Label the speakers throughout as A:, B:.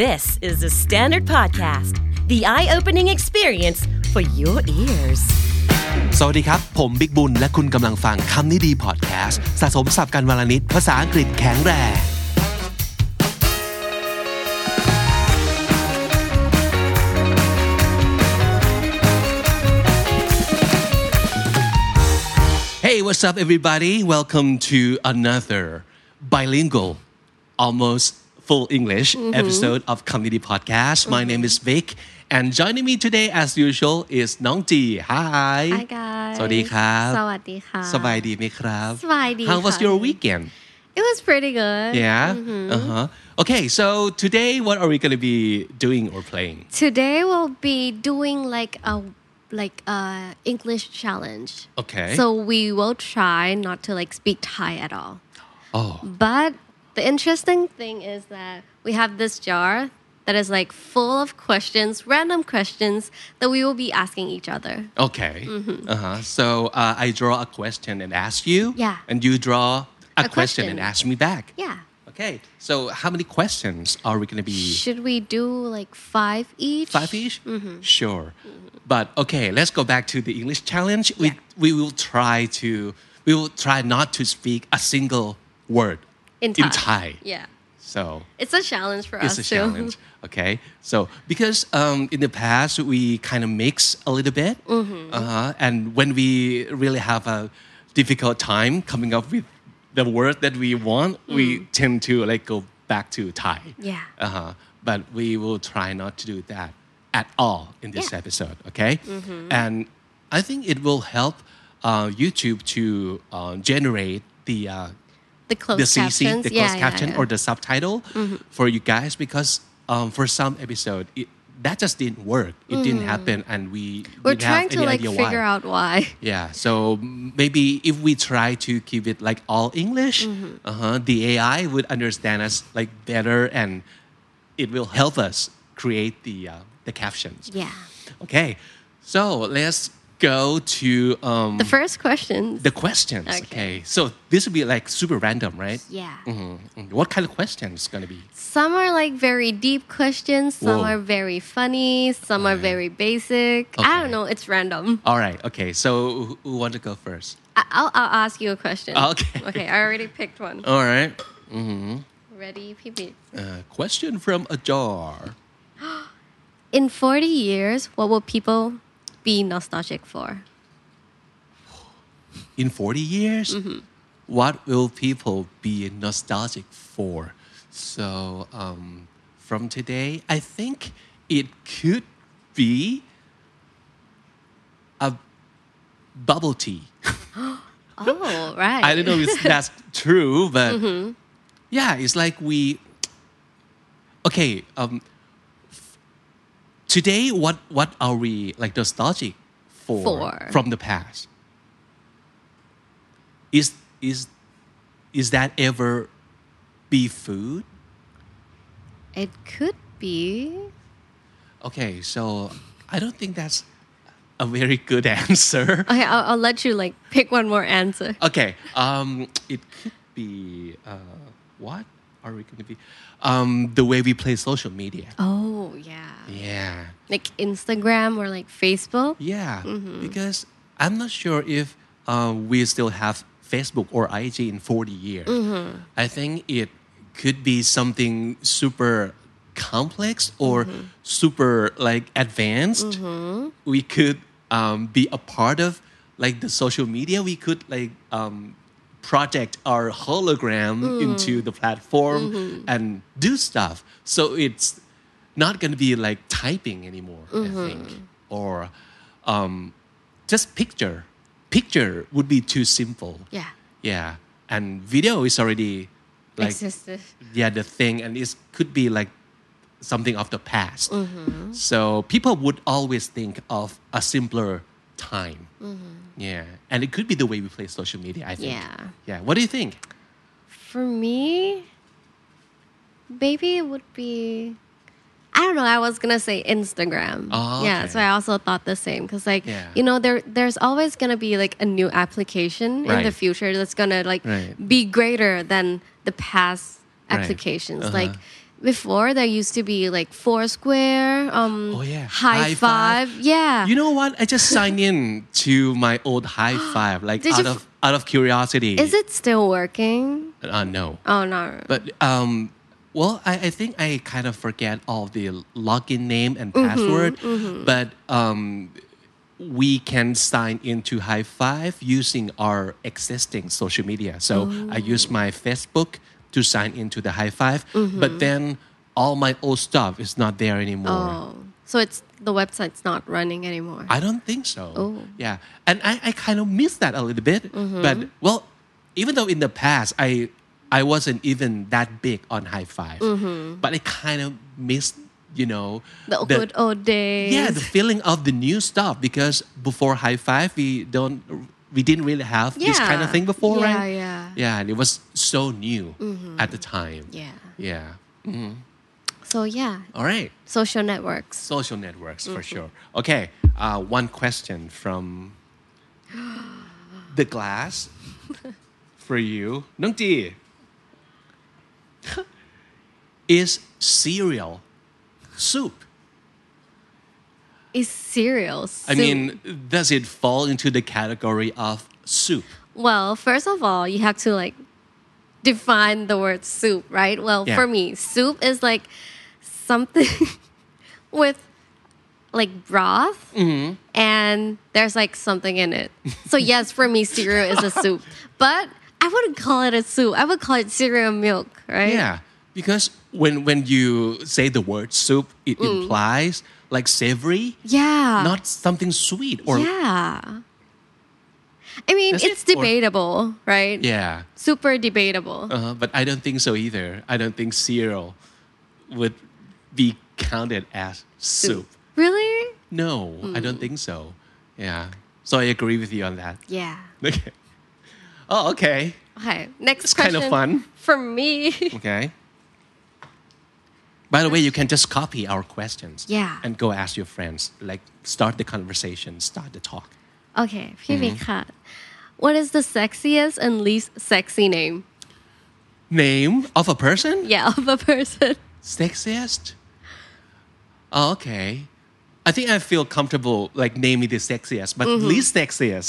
A: This is the Standard Podcast, the eye opening experience for your ears.
B: สวัสดีครับ ผมบิ๊กบุญ และคุณกำลังฟังคำนี้ดีพอดแคสต์สะสมสับกันวลนิด ภาษาอังกฤษแข็งแรง Hey what's up everybody welcome to another bilingual almost full English episode of Comedy Podcast my name is Vic and joining me today as usual is น้องจี Hi
C: Hi guys.
B: สวัสดีครับ
C: สวัสดีค่ะ
B: สบายดีไหมครับ
C: สบายดี
B: How was
C: ค่ะ
B: your weekend
C: It was pretty good.
B: Yeah uh huh Okay so today what are we going to be doing or playing
C: Today we'll be doing like a like a English challenge.
B: Okay
C: So we will try not to like speak Thai at all.
B: Oh
C: But the interesting thing is that we have this jar that is like full of questions, random questions that we will be asking each other.
B: okay
C: Mm-hmm.
B: uh huh so uh, I draw a question and ask you
C: Yeah.
B: and you draw a, question.
C: question.
B: and ask me back
C: Yeah.
B: Okay so how many questions are we going to be
C: Should we do like five each?
B: E. five each
C: mm-hmm.
B: sure but okay let's go back to the english challenge we
C: Yeah.
B: we will try to we will try not to speak a single word
C: in Thai.
B: in Thai
C: Yeah.
B: so
C: It's a challenge for us
B: it's a
C: too.
B: challenge okay so because um, in the past we kind of mix a little bit
C: Mm-hmm.
B: uh-huh. and when we really have a difficult time coming up with the word that we want we tend to like go back to thai
C: Mm. Yeah.
B: uh-huh. But we will try not to do that at all in this
C: Yeah. Mm-hmm.
B: episode, okay? And I think it will help uh, YouTube to uh, generate the uh,
C: The closed
B: the CC,
C: captions.
B: the closed
C: yeah, yeah,
B: caption,
C: yeah.
B: or
C: Mm-hmm.
B: the subtitle for you guys because um, for some episode it, that just didn't work. It didn't happen, and we
C: Mm. We're
B: didn't have
C: trying to
B: any
C: like
B: idea
C: figure
B: why.
C: out why.
B: Yeah, so maybe if we try to keep it like all English,
C: Mm-hmm.
B: uh-huh, the AI would understand us like better, and it will help us create the uh, the captions.
C: Yeah.
B: Okay, so let's go to um,
C: The first question.
B: the questions. Okay.
C: Okay.
B: so this will be like super random, right?
C: yeah.
B: Mhm. What kind of questions is gonna be?
C: Some are like very deep questions. Some
B: Whoa.
C: are very funny. Some are very basic. I
B: Okay.
C: don't know. It's random.
B: All right. Okay, so who, who want to go first?
C: I- I'll, I'll ask you a question.
B: Okay. Oh.
C: Okay. I already picked one.
B: All right.
C: Ready, PP.
B: Uh, question from a jar.
C: In 40 years, what will people be nostalgic for?
B: in 40 years, what will people be nostalgic for? So, um, from today, I think it could be a bubble tea.
C: Oh, right.
B: I don't know if that's true, but yeah, it's like we. Okay, um, f- today, what what are we like nostalgic for,
C: For.
B: from the past? Is is is that ever be food?
C: It could be.
B: Okay, so I don't think that's a very good answer.
C: Okay, I'll, I'll let you like pick one more answer.
B: Okay. Um, it could be uh, what are we going to be? Um, the way we play social media.
C: Oh, yeah.
B: Yeah,
C: like Instagram or like Facebook.
B: yeah. Because I'm not sure if uh, we still have Facebook or IG in 40 years. I think it could be something super complex or super like advanced. We could um, be a part of like the social media. We could like um, project our hologram into the platform and do stuff. So it's not going to be like typing anymore, I think, or um, just picture. Picture would be too simple.
C: Yeah.
B: Yeah, and video is already like
C: Existed.
B: yeah the thing, and it could be like something of the past.
C: Mm-hmm.
B: So people would always think of a simpler time. Yeah, and it could be the way we play social media. I think.
C: Mm-hmm. Yeah.
B: Yeah. What do you think?
C: For me, maybe it would be. I don't know. I was gonna say Instagram.
B: Oh,
C: Yeah,
B: okay.
C: so I also thought the same because, like,
B: Yeah.
C: you know, there there's always gonna be like a new application in the
B: Right.
C: future that's gonna like
B: Right.
C: be greater than the past
B: Right.
C: applications.
B: Uh-huh.
C: Like, before there used to be like Foursquare, um,
B: Oh, yeah.
C: high,
B: High Five.
C: five. yeah.
B: You know what? I just signed in to my old high five, like
C: Did
B: out
C: you
B: of
C: f-
B: out of curiosity.
C: is it still working?
B: Uh, no.
C: Oh no.
B: But um, well, I, I think I kind of forget all the login name and password. But um, we can sign into High Five using our existing social media. So I use my Facebook to sign into the High 5 but then all my old stuff is not there anymore.
C: oh, so it's the website's not running anymore.
B: I don't think so.
C: Oh. Mm-hmm.
B: Yeah. And I, I kind of miss that a little bit. But well, even though in the past I I wasn't even that big on high 5 but I kind of missed, you know,
C: Mm-hmm. the good old days.
B: yeah, the feeling of the new stuff because before high five we don't we didn't really have this kind of
C: Yeah.
B: thing before,
C: Yeah,
B: right?
C: yeah.
B: Yeah, and it was so new at the time.
C: Yeah.
B: Yeah.
C: So yeah,
B: All right.
C: social networks.
B: Social networks for
C: Mm-hmm.
B: sure. Okay, uh, one question from the glass for you, Nung Ji. Is cereal soup?
C: Is cereal. Soup.
B: I mean, does it fall into the category of soup?
C: Well, first of all, you have to like define the word soup, right? Well,
B: Yeah.
C: for me, soup is like something with like broth
B: Mm-hmm.
C: and there's like something in it. So, yes, for me, cereal is a soup, but I wouldn't call it a soup. I would call it cereal milk, right?
B: Yeah, because when when you say the word soup, it implies like savory,
C: Mm. Yeah.
B: not something sweet or
C: yeah. I mean,
B: Is it?
C: it's
B: Or-
C: debatable, right?
B: yeah.
C: Super debatable.
B: Uh, but I don't think so either. I don't think cereal would be counted as soup.
C: Really?
B: No, I don't think so. Yeah. So I agree with you on that.
C: Yeah.
B: Okay. Oh, okay.
C: Okay, next
B: It's
C: question.
B: kind of fun.
C: for me.
B: Okay. By the way, you can just copy our questions.
C: Yeah.
B: And go ask your friends. Like, start the conversation, start the talk.
C: okay, พี่บิ๊กค่ะ What is the sexiest and least sexy name?
B: Name of a person?
C: Yeah, of a person.
B: Sexiest? Oh, okay. I think I feel comfortable like naming the sexiest, but least sexiest.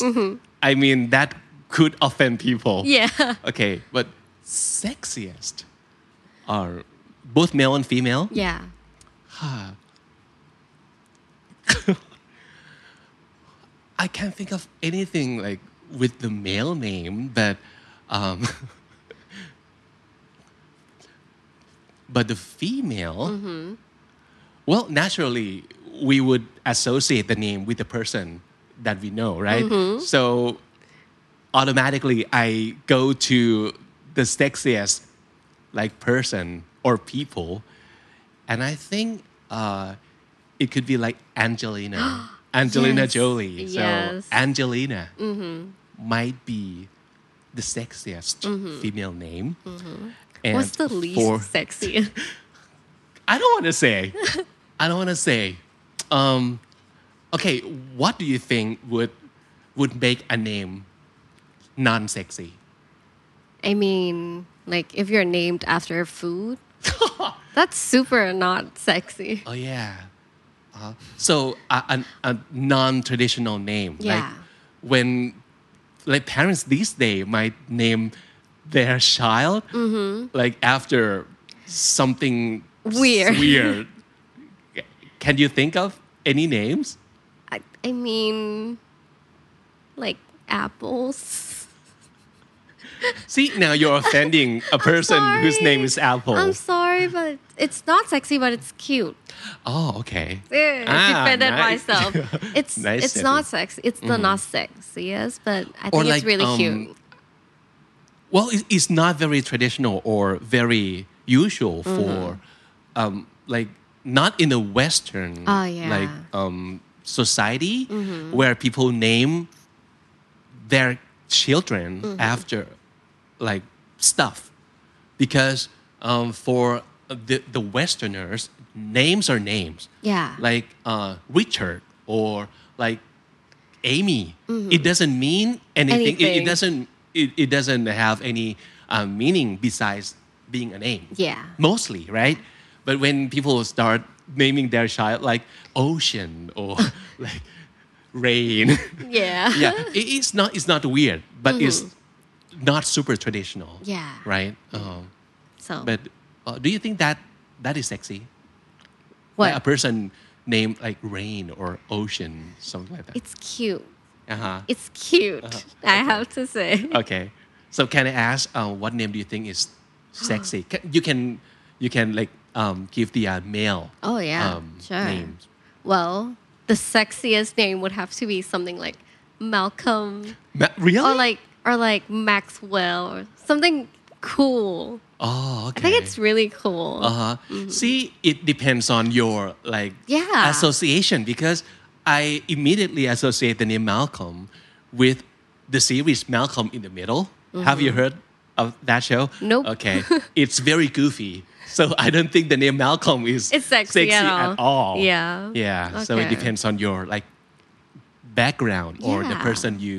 B: I mean, that could offend people.
C: Yeah.
B: Okay, but sexiest are both male and female.
C: Yeah.
B: I can't think of anything like with the male name, but um, but the female. Well, naturally, we would associate the name with the person that we know, right? So automatically, I go to the sexiest like person or people, and I think uh, it could be like Angelina, Angelina
C: Yes.
B: Jolie. So
C: Yes. Mm-hmm.
B: Angelina might be the sexiest female name. And
C: Mm-hmm. What's the least
B: for-
C: sexy?
B: I don't want to say. I don't want to say. Um, okay, what do you think would would make a name non-sexy?
C: I mean, like if you're named after food, that's super not sexy.
B: Oh yeah. Uh, so a, a, a non-traditional name. Like
C: Yeah.
B: when like parents these days might name their child
C: Mm-hmm.
B: like after something
C: Weird.
B: Weird. Can you think of any names?
C: I, I mean, like apples.
B: See, now you're offending a person whose
C: sorry.
B: name is Apple.
C: I'm sorry, but it's not sexy, but it's cute.
B: oh, okay.
C: Yeah,
B: Ah,
C: I defended
B: nice.
C: myself. It's
B: Nice,
C: it's
B: Debbie.
C: not sexy. It's the not sexiest, but I think
B: Or
C: it's
B: like,
C: really
B: um,
C: cute.
B: Well, it- it's not very traditional or very usual
C: Mm-hmm.
B: for, um, like, not in a Western
C: Oh, yeah. Mm-hmm.
B: like um, society where people name their children
C: Mm-hmm.
B: after like stuff, because um, for the the Westerners, names are names.
C: Yeah.
B: Like uh, Richard or like Amy. It doesn't mean anything. It- It,
C: Mm-hmm. Anything.
B: doesn't. It, it doesn't have any uh, meaning besides being a name.
C: Yeah.
B: Mostly, right? But when people start naming their child like ocean or like rain,
C: Yeah.
B: yeah, it- it's not it's not weird, but it's not super traditional.
C: Mm-hmm. Yeah.
B: Right. Um,
C: So
B: but uh, do you think that that is sexy?
C: what?
B: Like a person named like rain or ocean, something like that.
C: it's cute.
B: Uh huh.
C: It's cute.
B: Uh-huh.
C: I have to say.
B: Okay. So can I ask, uh, what name do you think is sexy? Ca- You can, you can like um, give the uh, male.
C: Oh yeah.
B: um,
C: sure.
B: Names.
C: Well, the sexiest name would have to be something like Malcolm
B: Ma- really?
C: or Oh, like or like Maxwell or something cool.
B: oh, okay.
C: I think it's really cool.
B: Uh huh. See, it depends on your like
C: Mm-hmm. Yeah.
B: association because I immediately associate the name Malcolm with the series Malcolm in the Middle. Have you heard of that show?
C: Mm-hmm. Nope.
B: Okay, it's very goofy. So I don't think the name Malcolm is
C: It's sexy at all. Yeah.
B: Yeah. So it
C: Okay.
B: depends on your like background or the
C: Yeah.
B: person you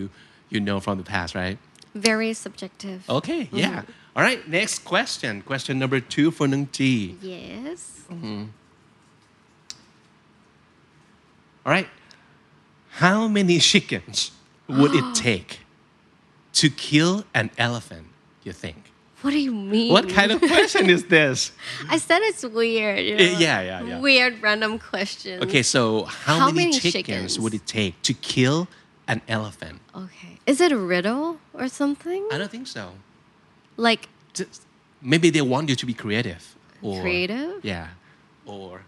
B: you know from the past, right?
C: Very subjective.
B: Okay. Yeah.
C: Mm-hmm.
B: All right. Next question. Question number two for Nung Ji.
C: Yes.
B: All right. How many chickens would it take to kill an elephant, you think?
C: What do you mean?
B: What kind of question is this?
C: I said it's weird. you
B: Eh,
C: know?
B: yeah, yeah, yeah.
C: Weird random question.
B: Okay, so how,
C: How
B: many,
C: many
B: chickens,
C: chickens?
B: would it take to kill an elephant?
C: Okay. Is it a riddle or something?
B: I don't think so.
C: Like
B: Just- maybe they want you to be creative. Or,
C: Creative?
B: Yeah. Or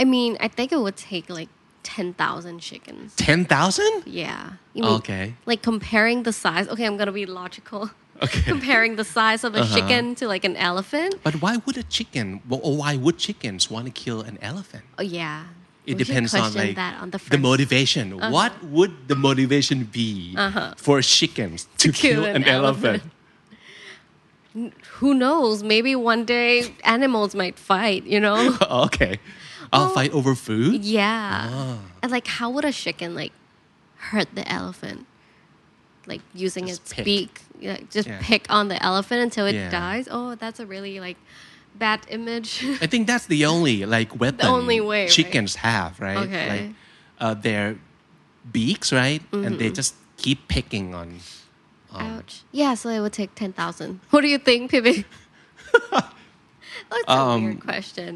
C: I mean, I think it would take like ten thousand chickens.
B: 10,000?
C: Yeah. You mean,
B: Okay.
C: Like comparing the size. Okay, I'm gonna be logical.
B: Okay. Uh-huh.
C: comparing the size of a chicken to like an elephant.
B: But why would a chicken, or why would chickens want to kill an elephant?
C: Oh yeah.
B: it
C: We should
B: depends on
C: question
B: like
C: that on
B: the
C: the, first- Uh-huh.
B: motivation. What would the motivation be for chickens to, kill, an, elephant?
C: Who knows? Maybe one day animals might fight. You know?
B: Oh, okay, I'll fight over food.
C: yeah.
B: Ah.
C: And like, how would a chicken like hurt the elephant? Like using
B: Just
C: its
B: pick.
C: beak, yeah, just
B: Yeah.
C: pick on the elephant until it
B: Yeah.
C: dies. Oh, that's a really like bad image.
B: I think that's the only like weapon
C: only way, right?
B: chickens have, right?
C: Okay.
B: Like uh, their beaks, right? And
C: Mm-hmm.
B: they just keep picking on. Oh.
C: Ouch. Yeah, so it would take 10,000. What do you think, Pibi? That's a
B: Um,
C: weird question.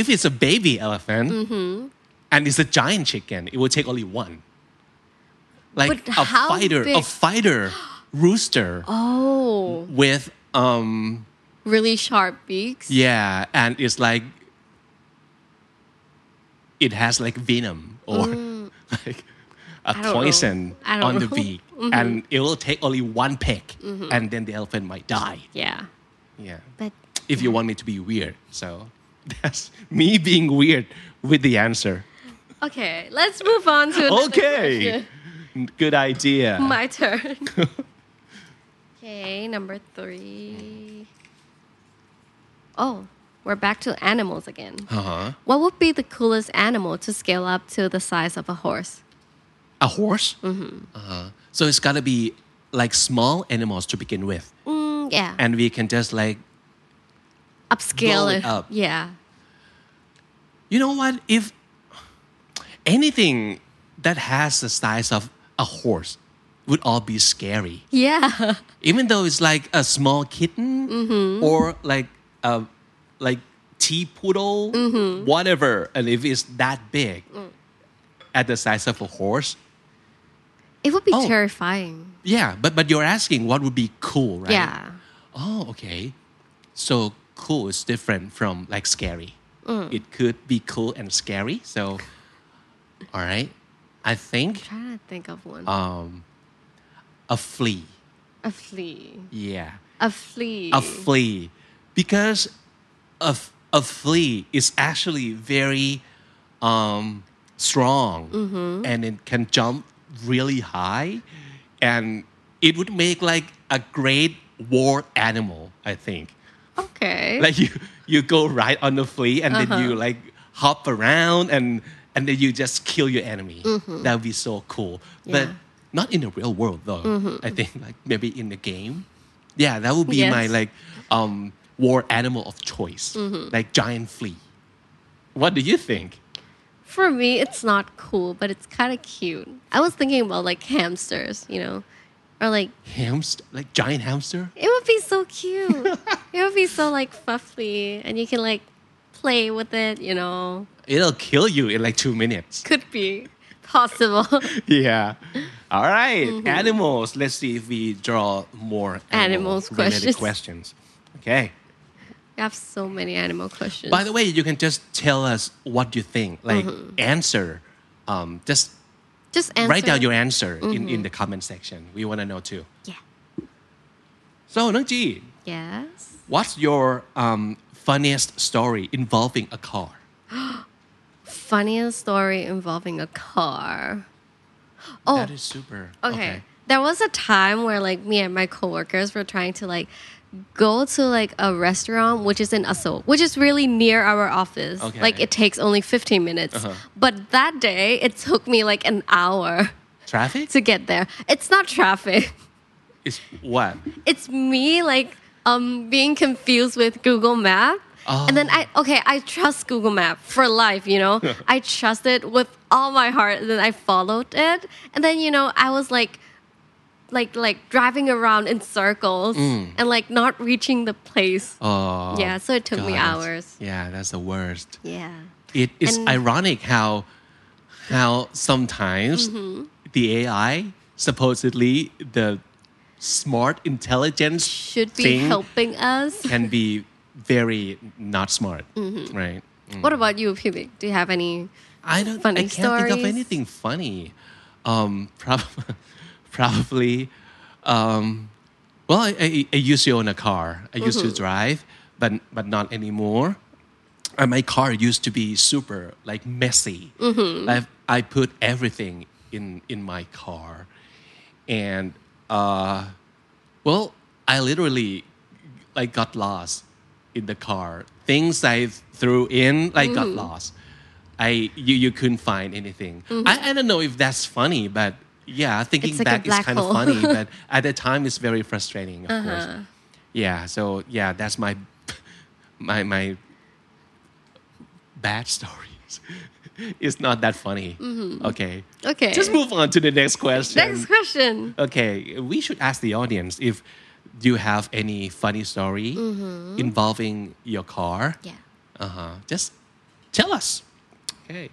B: If it's a baby elephant
C: Mm-hmm.
B: and it's a giant chicken, it will take only one. Like
C: But
B: a
C: how
B: fighter, a
C: big-
B: fighter rooster
C: Oh,
B: with um
C: really sharp beaks?
B: Yeah, and it's like it has like venom or like a
C: Mm. I don't
B: poison
C: know. I don't
B: on the
C: know. Mm-hmm.
B: beak, and it will take only one pick, and then the elephant might die.
C: Yeah.
B: Yeah,
C: But
B: if you want me to be weird, so that's me being weird with the answer.
C: okay, let's move on to another
B: Okay,
C: question.
B: good idea.
C: My turn. okay, number three. Oh, we're back to animals again.
B: uh-huh.
C: What would be the coolest animal to scale up to the size of a horse?
B: A horse.
C: Mm-hmm.
B: Uh-huh. So it's gotta be like small animals to begin with,
C: Mm, yeah.
B: and we can just like blow
C: Upscale
B: it up.
C: Yeah.
B: you know what if anything that has the size of a horse would all be scary
C: Yeah.
B: even though it's like a small kitten or like a like tea poodle whatever and if it's that big at the size of a horse
C: It would be
B: Oh.
C: terrifying.
B: yeah but but you're asking what would be cool right
C: Yeah.
B: Oh, okay. So cool is different from like scary. It could be cool and scary. So, all right. I think
C: trying to think of one.
B: um, a flea.
C: a flea.
B: Yeah,
C: A flea.
B: a flea, because a f- a flea is actually very um, strong, and it can jump really high, and it would make like a great war animal. I think.
C: okay.
B: like you you go right on the flea and then
C: Uh-huh.
B: you like hop around and and then you just kill your enemy that would be so cool but
C: Mm-hmm. Yeah. Mm-hmm.
B: not in the real world though i think like maybe in the game yeah that would be my
C: Yes.
B: like um war animal of choice,
C: Mm-hmm.
B: like giant flea. What do you think?
C: For me, it's not cool, but it's kind of cute. I was thinking about like hamsters, you know, or like
B: Hamster, like giant hamster?
C: it would be so cute. it would be so like fluffy, and you can like play with it, you know.
B: It'll kill you in like two minutes.
C: Could be possible.
B: Yeah. All right.
C: Mm-hmm.
B: Animals. Let's see if we draw more
C: Animals
B: related
C: questions.
B: questions. Okay.
C: I have so many animal questions.
B: By the way, you can just tell us what you think. Like answer. Um, just
C: just Mm-hmm. answer. Mm-hmm.
B: write down your answer in, in the comment section. We want to know too.
C: Yeah.
B: So, Nung Ji,
C: Yes.
B: what's your um, funniest story involving a car?
C: Funniest story involving a car. Oh,
B: That is super.
C: okay. There was a time where like me and my coworkers were trying to like go to like a restaurant which is in Aso, which is really near our office.
B: Okay. Uh-huh.
C: Like it takes only 15 minutes. But that day it took me like an hour
B: Traffic?
C: to get there. It's not traffic.
B: It's what?
C: it's me like um being confused with Google Map.
B: Oh.
C: And then I okay, I trust Google Map for life, you know. I trust it with all my heart. And then I followed it. And then, you know, I was like like like driving around in circles and like not reaching the place.
B: Mm. Oh.
C: yeah, so it took me
B: gosh.
C: hours.
B: Yeah, that's the worst.
C: Yeah.
B: It is
C: And-
B: ironic how how sometimes
C: Mm-hmm.
B: the AI supposedly the smart intelligence
C: Should be
B: thing
C: helping us.
B: can be very not smart,
C: Mm-hmm.
B: right?
C: What about you, Pili? Do you have any
B: I don't. I
C: Funny
B: can't think of
C: stories?
B: anything funny. Um, prob- probably. Um, well, I, I, I used to own a car. I used
C: Mm-hmm.
B: to drive, but but not anymore. And my car used to be super like messy.
C: Mm-hmm.
B: I've, I put everything in in my car, and uh, well, I literally like got lost in the car. Things I threw in like got
C: Mm-hmm.
B: lost. I you, you couldn't find anything. I, I don't know if that's funny, but yeah, thinking
C: Mm-hmm. It's like a
B: back is
C: black
B: kind of
C: hole. Uh-huh.
B: funny, but at the time it's very frustrating, of course. Yeah, so yeah, that's my my my bad stories. it's not that funny. Okay.
C: Mm-hmm. Okay.
B: Just move on to the next question.
C: Next question.
B: Okay, we should ask the audience if you have any funny story
C: Mm-hmm.
B: involving your car.
C: Yeah.
B: Uh huh. Just tell us. Okay.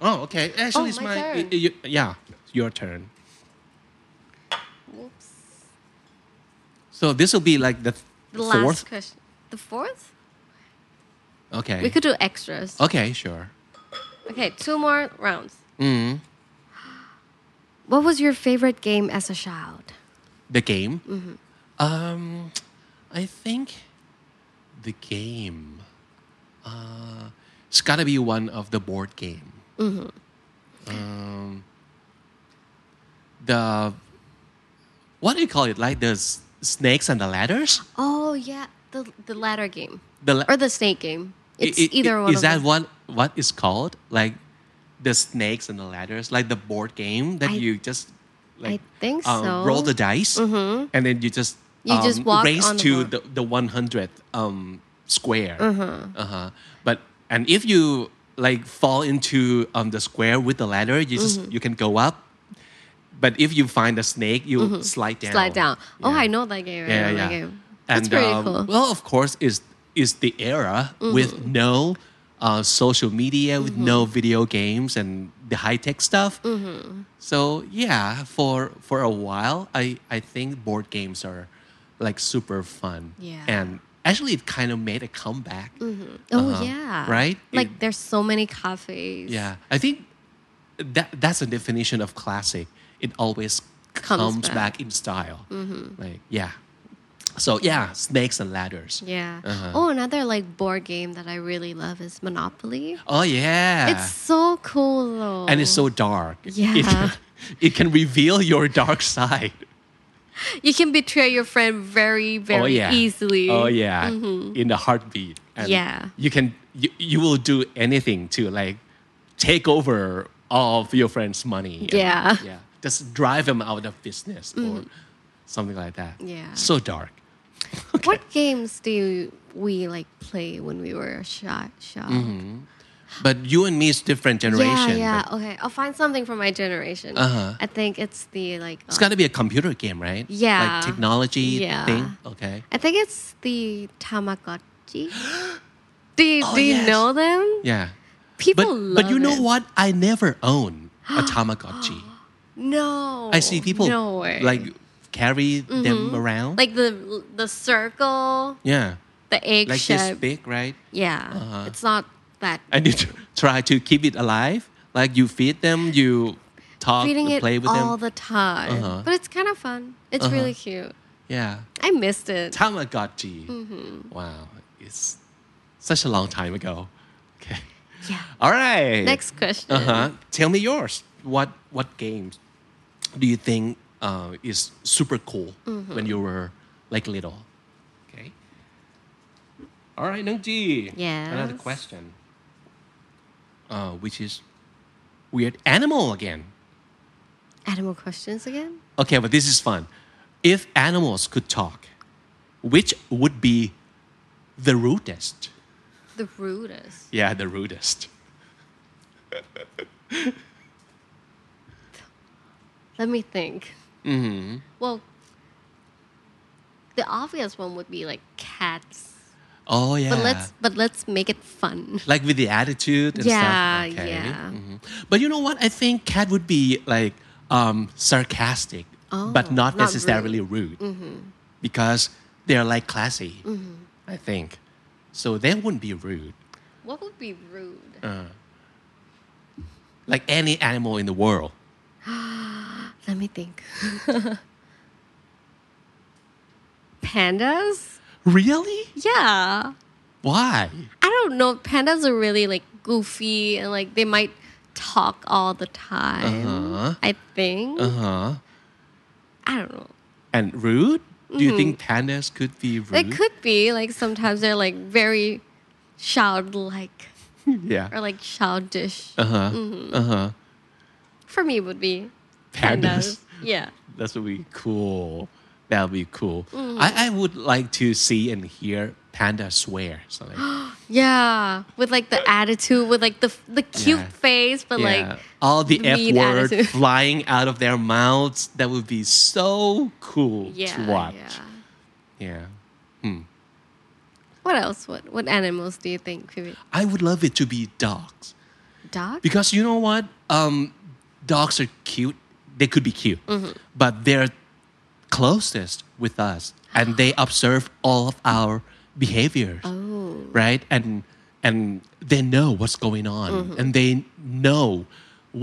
B: Oh, okay. Actually, it's
C: my
B: my.
C: turn.
B: y- y- yeah, your turn. So this will be like the, th-
C: The last
B: fourth.
C: question. The fourth?
B: Okay.
C: We could do extras.
B: okay, sure. Oh.
C: Okay, two more rounds.
B: Mm-hmm.
C: What was your favorite game as a child?
B: The game. Um, I think the game. Uh, it's gotta be one of the board game. Um, the what do you call it? Like the s- snakes and the ladders.
C: Oh yeah, the the ladder game
B: The la-
C: or the snake game.
B: I-
C: It's
B: i-
C: either
B: i-
C: one.
B: Is
C: of
B: that
C: them.
B: what what is called? Like the snakes and the ladders, like the board game that
C: I-
B: you just like
C: think
B: um,
C: so. Mm-hmm.
B: roll the dice and then you just
C: You just
B: um,
C: walk
B: race
C: on the
B: to
C: board.
B: the the one hundredth um, square.
C: Mm-hmm.
B: Uh-huh. But and if you like fall into um, the square with the ladder, you just
C: Mm-hmm.
B: you can go up. But if you find a snake, you slide down.
C: Mm-hmm. Slide down. Oh,
B: Yeah.
C: I know that game. I
B: Yeah,
C: know
B: yeah.
C: that game. That's
B: and
C: pretty
B: um,
C: cool. Mm-hmm.
B: well, of course, is is the era with no uh, social media, with no video games and the high tech stuff.
C: Mm-hmm.
B: So yeah, for for a while, I I think board games are like super fun.
C: Yeah.
B: and actually, it kind of made a comeback.
C: oh yeah,
B: Right?
C: Like
B: It-
C: there's so many cafes.
B: Yeah, I think that that's a definition of classic. It always comes,
C: Comes
B: back.
C: back. Mm-hmm.
B: in style. Like yeah, so yeah, snakes and ladders.
C: Yeah.
B: Uh-huh.
C: Oh, another like board game that I really love is Monopoly.
B: Oh yeah,
C: It's so cool though.
B: and it's so dark. It,
C: Yeah.
B: it can reveal your dark side.
C: you can betray your friend very very
B: oh yeah,
C: easily. Mm-hmm.
B: Oh yeah, in a heartbeat. And
C: Yeah.
B: you can you, you will do anything to like take over all of your friends' money. and-
C: Yeah. Mm-hmm.
B: yeah, just drive them out of business or something like that.
C: Yeah.
B: so dark.
C: What games do you, we like play when we were shot? Shot.
B: But you and me is different
C: Yeah,
B: Mm-hmm. generation.
C: yeah.
B: but
C: Okay, I'll find something from my generation.
B: Uh-huh.
C: I think it's the like. uh,
B: It's got to be a computer game, right?
C: Yeah.
B: Like technology
C: Yeah.
B: thing. Okay.
C: I think it's the Tamagotchi. do you,
B: Oh,
C: do you
B: yes.
C: know them?
B: Yeah.
C: People
B: But
C: love
B: but you know
C: it.
B: what? I never own a Tamagotchi.
C: No.
B: I see people
C: No way. Mm-hmm.
B: like carry them around.
C: like the the circle,
B: yeah.
C: the egg
B: Like this
C: shape.
B: big, right?
C: Yeah,
B: Uh-huh.
C: it's not that.
B: And you try to keep it alive. Like you feed them, you talk,
C: Reading
B: and
C: it
B: play with
C: all
B: them.
C: the time,
B: Uh-huh.
C: but it's kind of fun. It's really cute.
B: yeah.
C: I missed it.
B: Tamagotchi.
C: Mm-hmm.
B: Wow. It's such a long time ago. Okay.
C: Yeah.
B: All right.
C: Next question.
B: Uh huh. Tell me yours. What what games do you think uh, is super cool
C: Mm-hmm.
B: when you were like little? Okay. All right, Nung Ji. Another
C: Yes.
B: question. Uh, which is weird animal again.
C: Animal questions again.
B: Okay, but this is fun. If animals could talk, which would be the rudest?
C: The rudest.
B: Yeah, the rudest.
C: Let me think. Mm-hmm. Well, the obvious one would be like cats,
B: Oh yeah.
C: but let's but let's make it fun.
B: like with the attitude and
C: Yeah,
B: stuff.
C: yeah.
B: Mhm. But you know what? I think Cat would be like um, sarcastic, but not,
C: Oh, not Mm-hmm.
B: necessarily rude, because they're like classy. I think so. They wouldn't be rude.
C: What would be rude?
B: Uh. Like any animal in the world.
C: Let me think. pandas?
B: Really?
C: Yeah.
B: Why?
C: I don't know. Pandas are really like goofy and like they might talk all the time.
B: Uh-huh.
C: I think.
B: Uh huh.
C: I don't know.
B: And rude? Do you think pandas could be rude?
C: Mm-hmm. They could be like sometimes they're like very childlike
B: Yeah.
C: or like childish. Mm-hmm.
B: Uh huh. Uh huh.
C: For me, it would be
B: Pandas.
C: pandas. Yeah.
B: That would be cool. That would be cool.
C: Mm-hmm.
B: I, I would like to see and hear panda swear something.
C: Yeah, with like the attitude, with like the the cute
B: Yeah.
C: face, but
B: yeah.
C: like
B: All the
C: the
B: F
C: mean
B: word
C: attitude.
B: flying out of their mouths. That would be so cool
C: yeah,
B: to watch.
C: yeah.
B: Yeah.
C: What else? What what animals do you think could be
B: I would love it to be dogs.
C: dog?
B: Because you know what? Um, dogs are cute. They could be cute.
C: Mm-hmm.
B: But they're closest with us and they observe all of our behaviors.
C: oh,
B: right and and they know what's going on
C: Mm-hmm.
B: and they know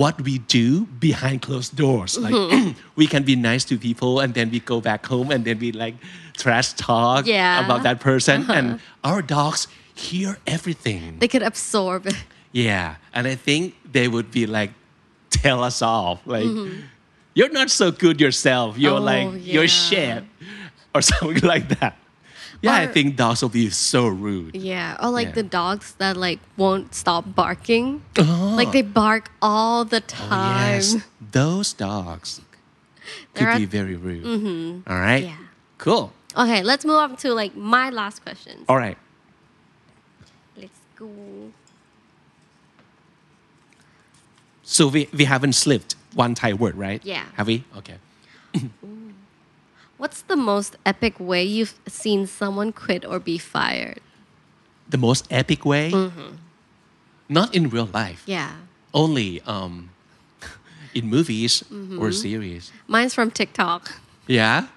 B: what we do behind closed doors like
C: Mm-hmm.
B: we can be nice to people and then we go back home and then we like trash talk
C: Yeah. Uh-huh.
B: about that person and our dogs hear everything
C: they could absorb it.
B: yeah and i think they would be like tell us off like you're not so good yourself you're
C: Mm-hmm. Oh,
B: like you're
C: yeah.
B: shit or something like that yeah i
C: Or-
B: think dogs will be so rude
C: Yeah, or like
B: Yeah.
C: the dogs that like won't stop barking. Like they bark all the time.
B: Oh. Yes, those dogs could
C: There are- Mm-hmm.
B: be very rude. All right.
C: Yeah.
B: Cool.
C: Okay, let's move on to like my last question.
B: All right.
C: Let's go.
B: So we, we haven't slipped one Thai word, right?
C: Yeah.
B: Have we? Okay.
C: What's the most epic way you've seen someone quit or be fired?
B: The most epic way,
C: Mm-hmm.
B: not in real life,
C: Yeah.
B: only um, in movies
C: Mm-hmm.
B: or series.
C: Mine's from TikTok.
B: Yeah.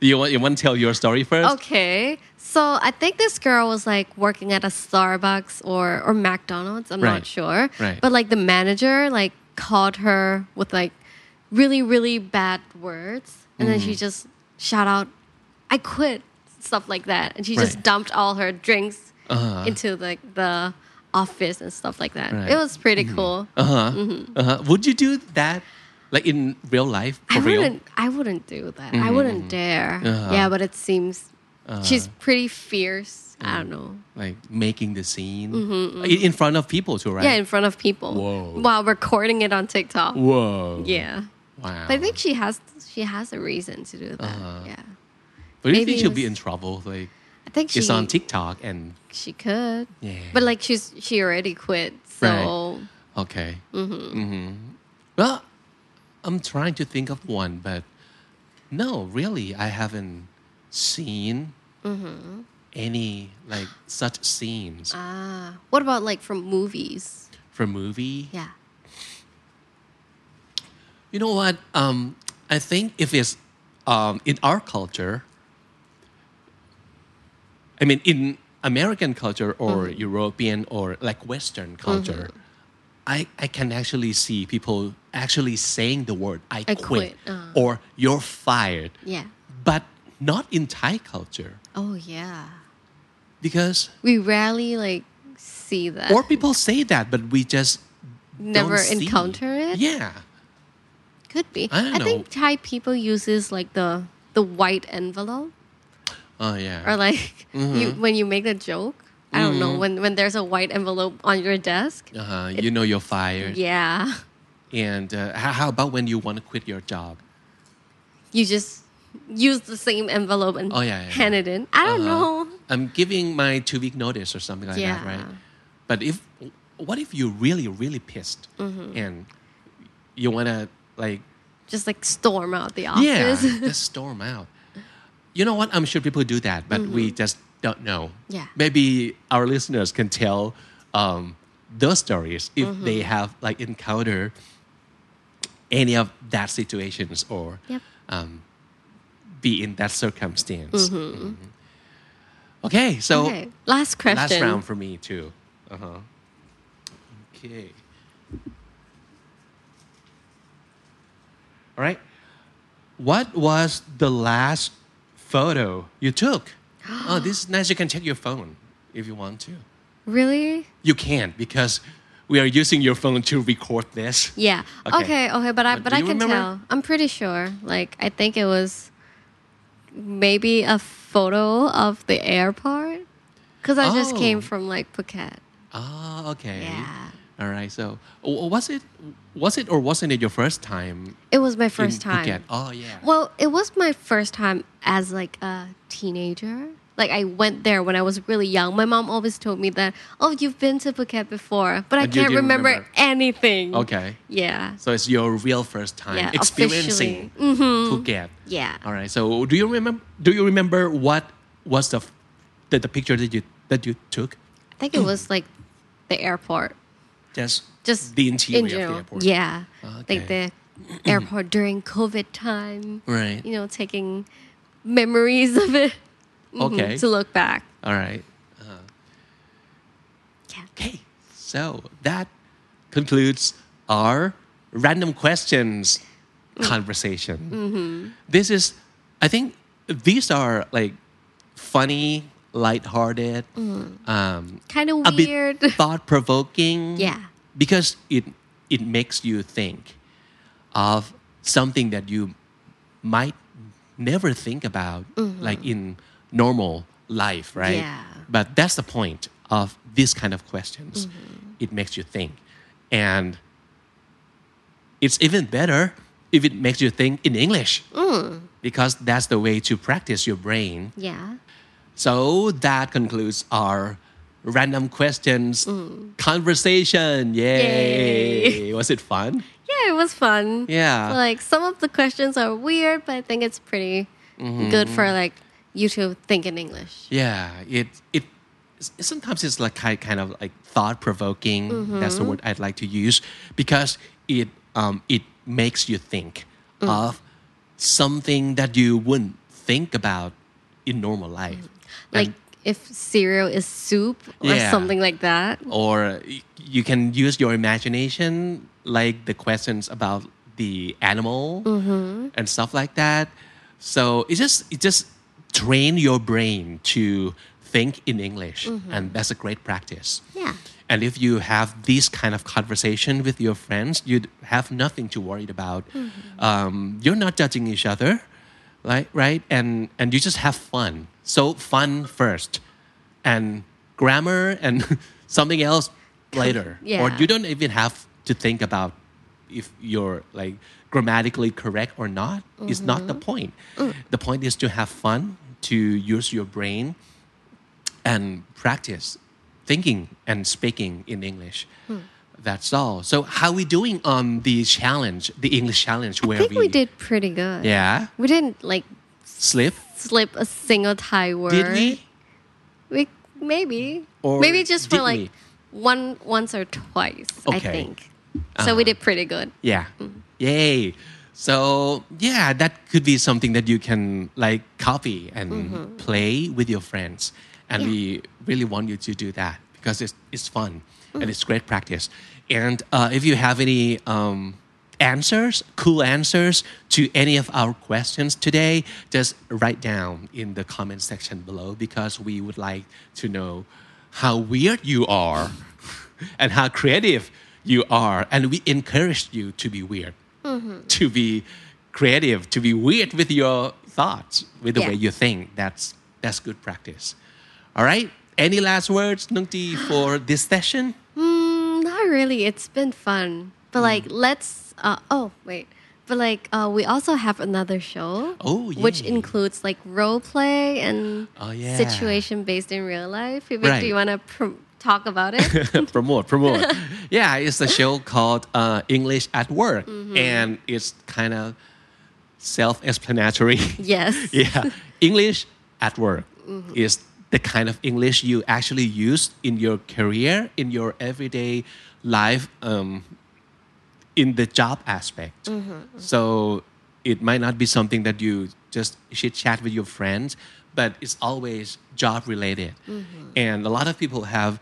B: You want you want to tell your story first?
C: Okay. So I think this girl was like working at a Starbucks or, or McDonald's. I'm
B: Right.
C: not sure.
B: Right.
C: But like the manager like called her with like really, really bad words. And then she
B: Mm.
C: just shout out, I quit, stuff like that. And she just
B: Right. Uh-huh.
C: dumped all her drinks into like the office and stuff like that.
B: Right.
C: It was pretty cool.
B: Uh huh. Uh-huh. Would you do that, like in real life, for
C: I
B: real? Mm. Uh-huh.
C: wouldn't. I wouldn't do that. I wouldn't dare. Yeah, but it seems she's pretty fierce. I
B: Mm.
C: don't know.
B: Like making the scene In, in front of people too, right?
C: Mm-hmm, Yeah, in front of people
B: Whoa.
C: while recording it on TikTok.
B: Whoa.
C: Yeah,
B: Wow. Uh-huh.
C: but I think she has she has a reason to do that. Yeah,
B: But do you
C: Maybe
B: think
C: it
B: she'll
C: was-
B: be in trouble? Like,
C: I think she
B: it's on TikTok and
C: she could.
B: Yeah.
C: But like she's she already quit. So
B: okay. Mm-hmm. Well, I'm trying to think of one, but no, really, I haven't seen any like such scenes
C: ah, what about like from movies?
B: from movie.
C: Yeah.
B: You know what? Um, I think if it's um, in our culture, I mean, in American culture or
C: Mm-hmm.
B: European or like Western culture, I, I can actually see people actually saying the word "I,
C: I
B: quit"
C: quit, uh-huh.
B: or "You're fired,"
C: Yeah.
B: but not in Thai culture
C: Oh yeah.
B: because
C: We rarely like see that.
B: or people say that, but we just don't
C: Uh, Never
B: see.
C: encounter it?
B: Yeah,
C: Could be.
B: I don't know.
C: think Thai people uses like the the white envelope
B: oh yeah,
C: or like you,
B: Mm-hmm.
C: when you make a joke. I don't know when when there's a white envelope on your desk.
B: uh-huh. you know you're fired.
C: Yeah.
B: And uh, how, how about when you want to quit your job?
C: You just use the same envelope and
B: Oh, yeah, yeah,
C: hand
B: yeah.
C: it in. I don't
B: Uh-huh.
C: know.
B: I'm giving my two week notice or something like that,
C: Yeah.
B: right? But if what if you're really really pissed
C: Mm-hmm.
B: and you want to like
C: Just like storm out the
B: yeah
C: office.
B: just storm out? You know what? I'm sure people do that, but we just don't know.
C: Mm-hmm. Yeah.
B: Maybe our listeners can tell um, those stories if they
C: Mm-hmm.
B: have like encountered any of that situations or
C: Yep.
B: um, be in that circumstance. Mhm. Okay, so
C: Mm-hmm. okay. Last question.
B: last round for me too. Uh huh. Okay. All right. What was the last photo you took? oh, this is nice. You can check your phone if you want to.
C: Really?
B: You can because we are using your phone to record this.
C: Yeah.
B: Okay.
C: Okay. Okay. but I
B: But
C: but,
B: do
C: I
B: you
C: can
B: remember?
C: tell. I'm pretty sure. Like I think it was maybe a photo of the airport because I just
B: Oh.
C: came from like Phuket.
B: Oh, okay.
C: Yeah.
B: All right. So, w- was it was it or wasn't it your first time?
C: It was my
B: in
C: first time.
B: Phuket? Oh, yeah.
C: Well, it was my first time as like a teenager. Like I went there when I was really young. My mom always told me that, "Oh, you've been to Phuket before," but I
B: And you
C: can't
B: didn't
C: remember,
B: remember.
C: anything.
B: Okay.
C: Yeah.
B: So it's your real first time
C: Yeah, Mm-hmm.
B: experiencing Phuket.
C: Yeah.
B: All right. So do you remember? Do you remember what was the f- the, the picture that you that you took?
C: I think it was like the airport.
B: Just
C: Just
B: the
C: in
B: interior of
C: general.
B: the airport.
C: Yeah.
B: Okay.
C: Like the airport during COVID time.
B: Right.
C: You know, taking memories of it. Mhm,
B: Okay.
C: To look back.
B: All right.
C: Yeah.
B: Okay. So that concludes our random questions conversation. This is, I think, these are like funny, lighthearted, um,
C: Kind of
B: a
C: weird.
B: bit thought provoking.
C: Yeah.
B: Because it it makes you think of something that you might never think about like in normal life, right?
C: Mm-hmm. Yeah.
B: But that's the point of these kind of questions.
C: Mm-hmm.
B: It makes you think. And it's even better if it makes you think in English.
C: Mm.
B: Because that's the way to practice your brain.
C: yeah.
B: So that concludes our random questions conversation. Mm. Yay. Was it fun?
C: Yeah, it was fun.
B: Yeah.
C: Like some of the questions are weird, but I think it's pretty
B: Mm-hmm.
C: good for like you to think in English.
B: Yeah. It it sometimes it's like ki- kind of like thought provoking. That's the word I'd like to use because it um it makes you think of something that you wouldn't think about in normal life.
C: Like
B: And-
C: if cereal is soup or
B: Yeah.
C: something like that.
B: or y- you can use your imagination, like the questions about the animal and stuff like that. So it just it just train your brain to think in English, and that's a great practice.
C: Yeah.
B: And if you have these kind of conversation with your friends, you have nothing to worry about. Um, you're not judging each other, right? Right? And and you just have fun. So fun first, and grammar and something else later.
C: Yeah.
B: Or you don't even have to think about if you're
C: Mm-hmm. Mm.
B: like grammatically correct or not. It's not the point. The point is to have fun to use your brain and practice thinking and speaking in English.
C: Hmm.
B: That's all. So how we doing on the challenge, the English challenge where
C: I think we did pretty good.
B: Yeah.
C: We didn't like
B: Slip.
C: slip a single Thai word.
B: Did we?
C: We maybe
B: Or
C: maybe just for
B: did
C: like
B: we?
C: one once or twice. I
B: Okay. Uh-huh.
C: think. So we did pretty good.
B: Yeah. Yay. So yeah, that could be something that you can like copy and play with your friends. And we really want you to do that because it's, it's fun and it's great practice. And uh, if you have any um, answers, cool answers to any of our questions today, just write down in the comment section below because we would like to know how weird you are and how creative you are. And we encourage you to be weird, to be creative, to be weird with your thoughts, with the
C: Yeah.
B: way you think. That's that's good practice. All right. Any last words, Nung Ti, for this session?
C: Mm, not really. It's been fun.
B: Hmm.
C: But like let's uh, oh wait. But like uh, we also have another show.
B: Oh,
C: Which
B: yay.
C: includes like role play and
B: Oh, yeah.
C: situation based in real life. Vivek,
B: Right.
C: do you wanna pr- talk about it?
B: promote, promote. yeah, it's a show called uh, English at Work, and it's kind of self-explanatory.
C: yes.
B: yeah, English at work is the kind of English you actually use in your career, in your everyday life, um, in the job aspect. So it might not be something that you just chit chat with your friends, but it's always job related. And a lot of people have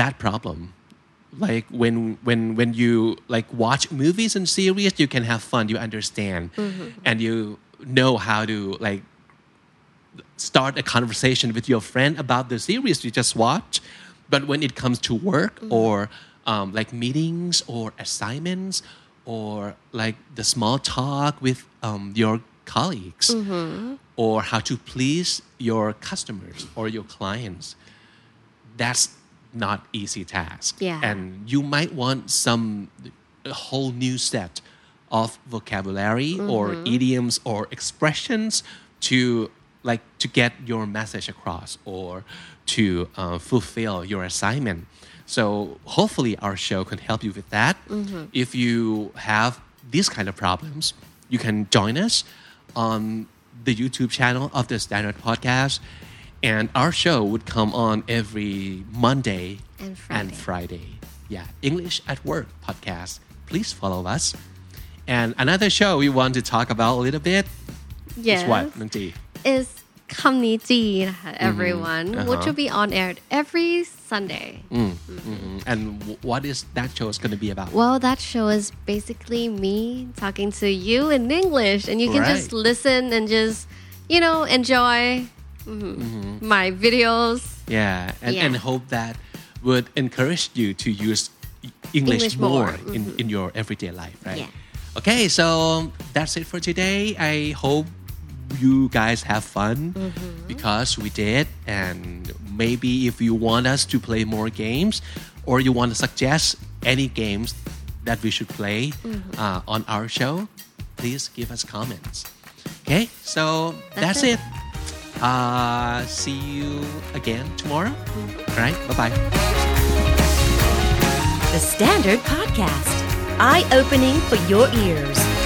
B: that problem like when when when you like watch movies and series you can have fun you understand and you know how to like start a conversation with your friend about the series you just watched but when it comes to work or um, like meetings or assignments or like the small talk with um, your colleagues or how to please your customers or your clients that's not easy task
C: Yeah.
B: and you might want some a whole new set of vocabulary or
C: Mm-hmm.
B: idioms or expressions to like to get your message across or to uh, fulfill your assignment so hopefully our show can help you with that
C: Mm-hmm.
B: if you have these kind of problems you can join us on the youtube channel of the standard podcast and our show would come on every Monday
C: And Friday.
B: Friday. Yeah, English at Work podcast. Please follow us. And another show we want to talk about a little bit
C: Yes.
B: is what, Nung Ji?
C: is Kamniji,
B: Mm-hmm.
C: everyone,
B: Uh-huh.
C: which will be on air every Sunday.
B: Mm, And w- what is that show is going to be about?
C: Well, that show is basically me talking to you in English, and you can just
B: Right.
C: listen and just, you know, enjoy mhm, my videos.
B: Yeah, and,
C: Yeah.
B: and hope that would encourage you to use E- English,
C: English
B: more,
C: more. Mm-hmm.
B: in, in your everyday life, right?
C: Yeah.
B: Okay, so that's it for today. I hope you guys have fun
C: Mm-hmm.
B: because we did. And maybe if you want us to play more games or you want to suggest any games that we should play
C: Mm-hmm.
B: uh, on our show, please give us comments. Okay, so that's,
C: That's
B: it. Uh, see you again tomorrow.
C: Mm-hmm.
B: All right, bye bye.
A: The Standard Podcast, eye opening for your ears.